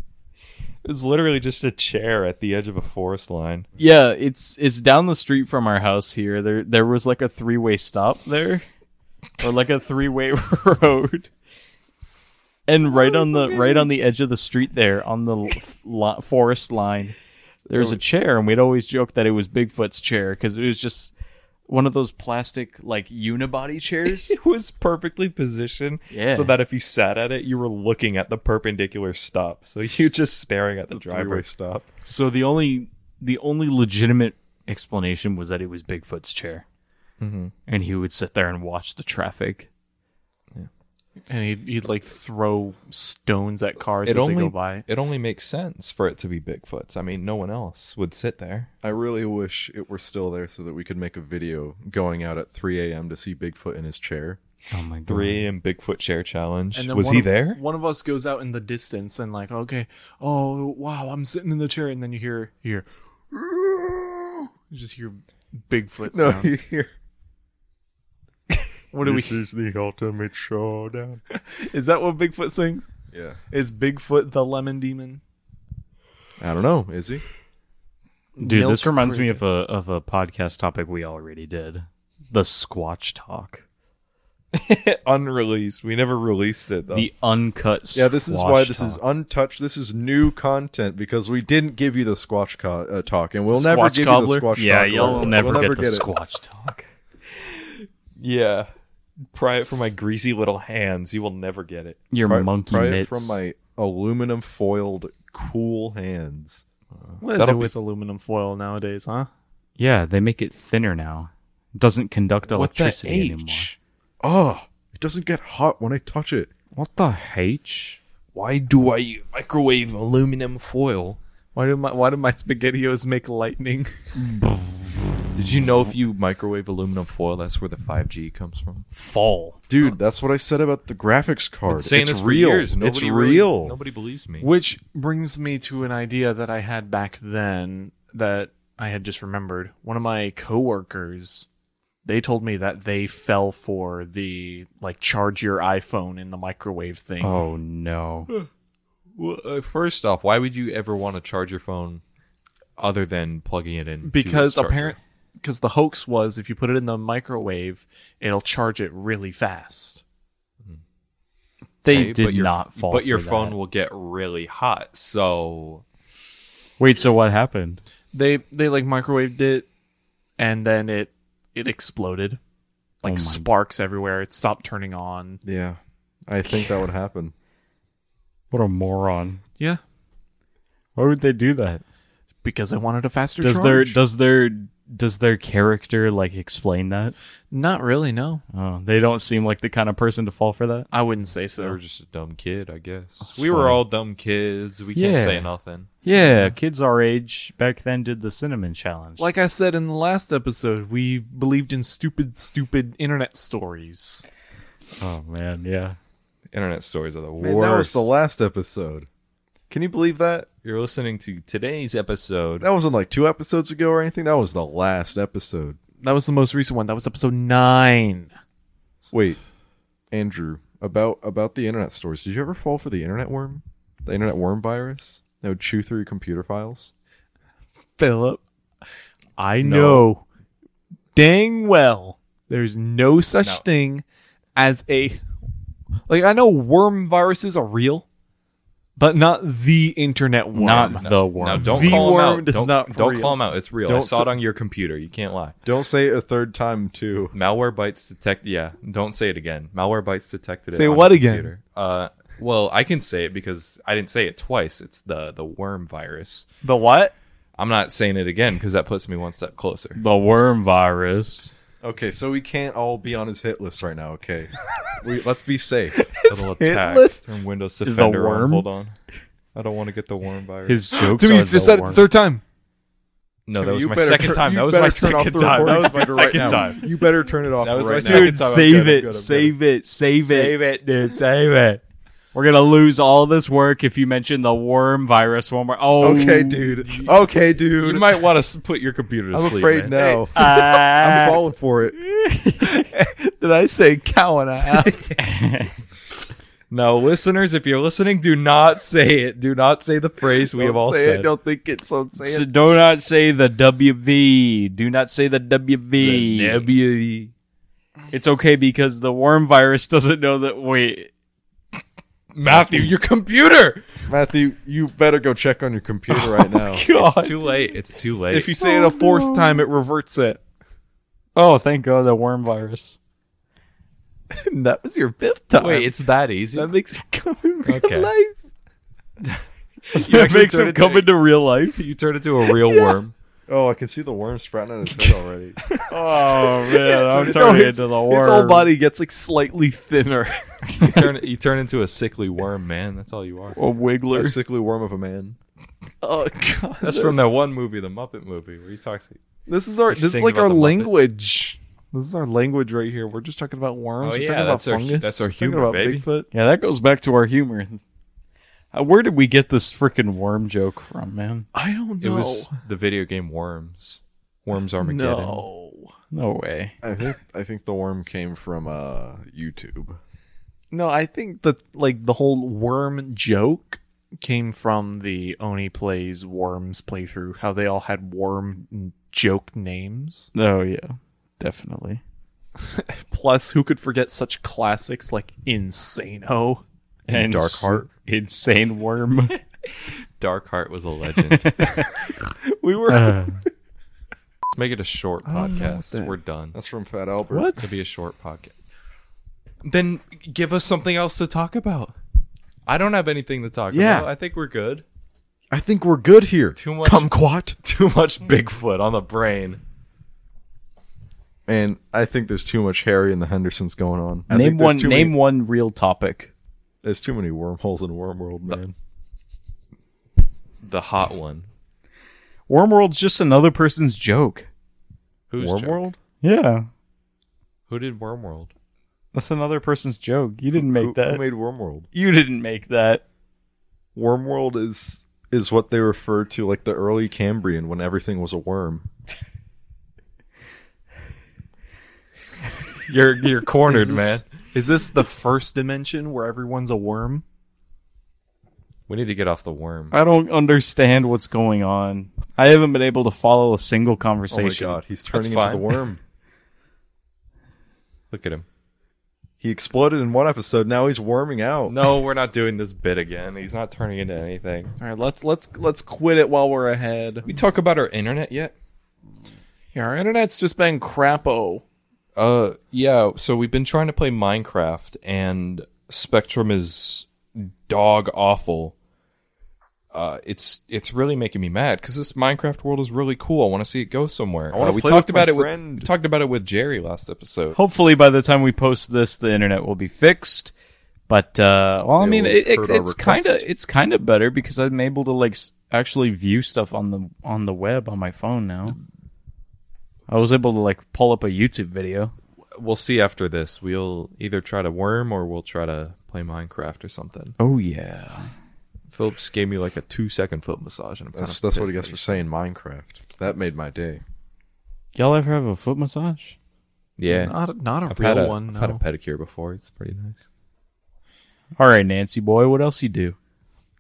It was literally just a chair at the edge of a forest line. Yeah, it's it's down the street from our house here. There there was like a three way stop there, or like a three way road, and right on the right on the edge of the street there, on the l- lo- forest line, there was a chair, and we'd always joke that it was Bigfoot's chair because it was just one of those plastic like unibody chairs. It was perfectly positioned Yeah. so that if you sat at it, you were looking at the perpendicular stop. So you just staring at the Freeway driver. stop. so the only the only legitimate explanation was that it was Bigfoot's chair, and he would sit there and watch the traffic. and he'd, he'd like throw stones at cars as they go by. it only makes sense for it to be Bigfoot's. I mean, no one else would sit there. I really wish it were still there so that we could make a video going out at 3 a.m. to see Bigfoot in his chair. Oh my god! 3 a.m. Bigfoot chair challenge. And Was one he of- there? One of us goes out in the distance and like, okay, oh wow, I'm sitting in the chair, and then you hear here, you just hear Bigfoot No, sound. you hear. what do we? is the ultimate showdown. Is that what Bigfoot sings? Yeah. Is Bigfoot the lemon demon? I don't know. Is he? Dude, Milk this reminds me crate. of a of a podcast topic we already did. The Squatch Talk. Unreleased. We never released it, though. The uncut Yeah, this is why this is Squatch Talk. untouched. This is new content because we didn't give you the squash co- uh, talk, and we'll never Squatch give cobbler? you the squash Yeah, talk. you'll We'll never get the it. Squatch Talk. yeah. Pry it from my greasy little hands. You will never get it. Your Pry- monkey pry it mitts. from my aluminum foiled cool hands. What is That'll it be- with aluminum foil nowadays, huh? Yeah, they make it thinner now. Doesn't conduct What the electricity anymore. H? Oh, It doesn't get hot when I touch it. What the H? why do I microwave aluminum foil? Why do my why do my spaghettios make lightning? Did you know if you microwave aluminum foil, that's where the 5G comes from? Fall. Dude, that's what I said about the graphics card. it's for real. years. It's Nobody really- real. nobody believes me. Which brings me to an idea that I had back then that I had just remembered. One of my coworkers, they told me that they fell for the like charge your iPhone in the microwave thing. Oh no. Well, uh, first off, why would you ever want to charge your phone other than plugging it in? to its because charger? apparent because the hoax was if you put it in the microwave, it'll charge it really fast. They Okay, did but your- not fall. But your for phone that. will get really hot. So Wait, so what happened? They they like microwaved it and then it it exploded. Like Oh my- sparks everywhere. It stopped turning on. Yeah, I think that would happen. What a moron. Yeah. Why would they do that? Because I wanted a faster Does charge. their does their does their character like explain that? Not really, no. Oh, they don't seem like the kind of person to fall for that. I wouldn't say so. they were just a dumb kid, I guess. That's we were funny. all dumb kids. We can't Yeah. say nothing. Yeah, kids our age back then did the cinnamon challenge. like I said in the last episode, we believed in stupid, stupid internet stories. oh man, yeah. Internet stories are the Man, worst. that was the last episode. Can you believe that? You're listening to today's episode. That wasn't like two episodes ago or anything. That was the last episode. That was the most recent one. That was episode nine. Wait, Andrew, about about the internet stories. Did you ever fall for the internet worm? The internet worm virus that would chew through your computer files? Philip, I know dang well there's no such No. thing as a. Like, I know worm viruses are real, but not the internet worm. Not the worm. Now don't The call him worm out. is Don't, not don't real. call him out. It's real. I Don't saw s- it on your computer. You can't lie. Don't say it a third time too. Malware bytes detect. Yeah, don't say it again. Malware bytes detected. Say it on what your again? computer. Uh, well, I can say it because I didn't say it twice. It's the the worm virus. the what? I'm not saying it again because that puts me one step closer. The worm virus. Okay, so we can't all be on his hit list right now. Okay, we, let's be safe. Little attack list- from Windows Defender. on. worm? Hold on. I don't want to get the worm virus. His jokes Dude, are you just the said it the worm. third time. no, that was You my better second turn- time. you That was my better turn off second the time. That recording was my right second now. time. You better turn it off. That was right my now. second time. I'm Save good, I'm it, good, I'm save it, save it, save it, dude, save it. We're gonna lose all this work if you mention the worm virus one more. Oh, Okay, dude. Okay, dude. You might want to put your computer to I'm sleep. man. afraid now. uh, I'm falling for it. Did I say cow and a half? No, listeners, if you're listening, do not say it. Do not say the phrase we have all say said. it. Don't think it. So say so it. do not say the WV. Do not say the WV. Nebulae. it's okay because the worm virus doesn't know that. Wait, Matthew, your computer. Matthew, you better go check on your computer right now. It's too late. It's too late. If you say it a fourth time, it reverts it. oh, thank God, the worm virus. And that was your fifth time. Wait, it's that easy. that makes it come in real Okay. life. It makes turn him it come to- into real life. you turn into a real worm. Oh, I can see the worm sprouting out his head already. Oh man, I'm No, turning his- into the worm. His whole body gets like slightly thinner. You turn you turn into a sickly worm, man. That's all you are. a a wiggler. sickly worm of a man. oh god, That's from that one movie, the Muppet movie, where he talks. This is our. He This is sings like about our the Muppet. language. This is our language right here. We're just talking about worms. Oh, We're yeah, talking that's about our- fungus. that's our We're talking humor, about baby. Bigfoot. Yeah, that goes back to our humor. Uh, Where did we get this freaking worm joke from, man? I don't It know. was the video game Worms. Worms Armageddon. no, No way. I think I think the worm came from uh, YouTube. no. I think that like the whole worm joke came from the Oni plays Worms playthrough. How they all had worm joke names. Oh yeah, definitely. Plus, who could forget such classics like Insano? And Dark s- Heart. insane worm. Dark Heart was a legend. Let's We were. make it a short podcast. We're done. That's from Fat Albert. It's gonna be a short podcast. Then give us something else to talk about. I don't have anything to talk Yeah. about. I think we're good. I think we're good here. Too much Kumquat. too much Bigfoot on the brain. And I think there's too much Harry and the Hendersons going on. I name think there's one. too Name many- one real topic. There's too many wormholes in Wormworld, man. The hot one. Wormworld's just another person's joke. Who's Wormworld? Yeah, Who did Wormworld? that's another person's joke. You didn't Who, make who that. made Wormworld? you didn't make that. Wormworld is is what they refer to like the early Cambrian when everything was a worm. You're you're cornered, man. Is this the first dimension where everyone's a worm? We need to get off the worm. I don't understand what's going on. I haven't been able to follow a single conversation. Oh my god, he's turning into fine. the worm. Look at him. He exploded in one episode. Now he's worming out. No, we're not doing this bit again. He's not turning into anything. All right, let's let's let's quit it while we're ahead. We talk about our internet yet? Yeah, our internet's just been crappo. Uh, yeah. So we've been trying to play Minecraft, and Spectrum is dog awful. Uh, it's it's really making me mad because this Minecraft world is really cool. I want to see it go somewhere. I wanna uh, we play talked with my about it with friend. we talked about it with Jerry last episode. Hopefully, by the time we post this, the internet will be fixed. But uh, well, I Yeah, mean, we've it, it, heard our it's kind of request. it's kind of better because I'm able to like s- actually view stuff on the on the web on my phone now. I was able to like pull up a YouTube video. We'll see after this. We'll either try to worm or we'll try to play Minecraft or something. Oh yeah, Philip just gave me like a two second foot massage, and I'm That's kind of that's what he pissed gets for saying Minecraft. That made my day. y'all ever have a foot massage? that- Yeah, Not not a I've had real a, one. I've had a No. pedicure before. It's pretty nice. All right, Nancy boy, what else you do?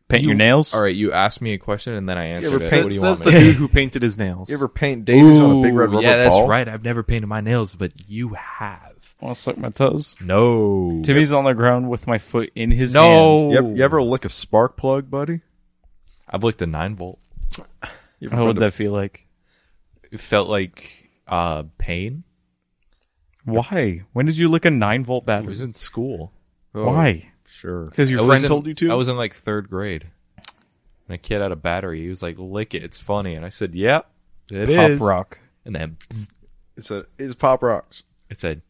Paint your nails. All right, you asked me a question and then I ever answered it. paint- What do you says want the me to dude who painted his nails. You ever paint daisies on a big red Ooh, rubber yeah, that's ball? right. I've never painted my nails, but you have. Want to suck my toes? No. Timmy's on the ground with my foot in his hand. no. You, ever, you ever lick a spark plug, buddy? I've licked a 9 volt. You ever How would tried to- that feel like? It felt like uh, pain. Why? When did you lick a nine volt I battery? was in school. Oh, Why? Sure. because your I was friend in- told you to? I was in like third grade. And a kid had a battery. He was like, lick it. It's funny. And I said, yep, it is." Pop rock. And then It's a it's pop rocks. it said,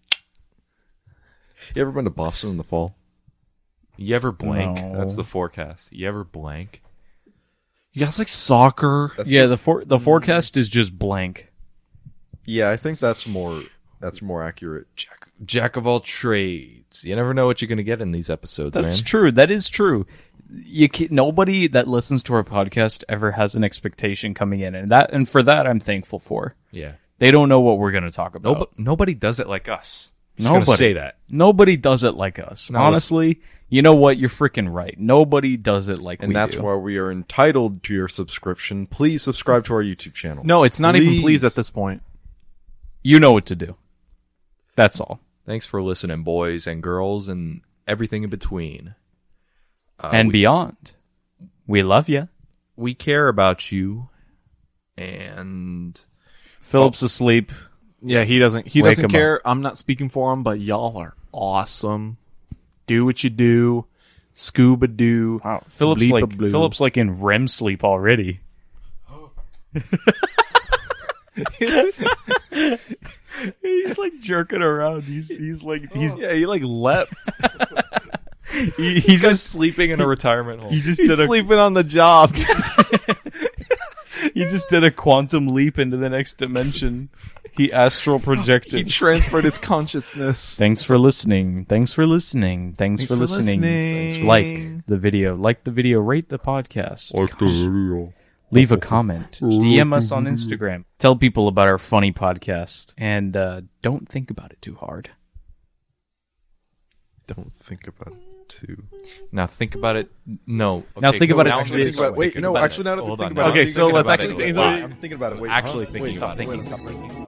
You ever been to Boston in the fall? you ever blank? No. That's the forecast. You ever blank? you guys like soccer. That's yeah, just- the for- the forecast is just blank. yeah. I think that's more That's more accurate. Jack, jack of all trades. You never know what you're going to get in these episodes, That's man. true. That is true. You can, nobody that listens to our podcast ever has an expectation coming in, and that and for that I'm thankful for. Yeah. They don't know what we're going to talk about. Nobody, nobody does it like us. Just gonna Nobody. say that. Nobody does it like us. No, it's- Honestly, you know what? You're freaking right. Nobody does it like And we that's do. why we are entitled to your subscription. Please subscribe to our YouTube channel. No, it's not even Please. please at this point. you know what to do. That's all. Thanks for listening, boys and girls, and everything in between. and beyond. We love you. We care about you, and Philip's asleep. Yeah, he doesn't. He Wake doesn't him care. I'm not speaking for him, but y'all are awesome. Do what you do. Scuba do. Wow, Philip's Bleepa like Oh, blue. Philip's like in REM sleep already. he's like jerking around. He's he's like he's Yeah, he like leapt. he, he just sleeping in a retirement home. he just He's did a sleeping on the job. he just did a quantum leap into the next dimension. He astral he projected. transferred his consciousness. Thanks for listening. Thanks for listening. Thanks, for, for listening. listening. Like the video. Like the video. Rate the podcast. No. leave a comment dm us on instagram tell people about our funny podcast and uh, don't think about it too hard Don't think about it too. Now think about it. No. Now okay, think 'cause about it I'm actually gonna this start Wait, thinking no, about actually, it. now that I Hold think on, about now it, I'm Okay, thinking so about let's it. actually think- Wait, I'm thinking about it. Wait, Actually huh? think Wait, about stop it. thinking stop thinking wait.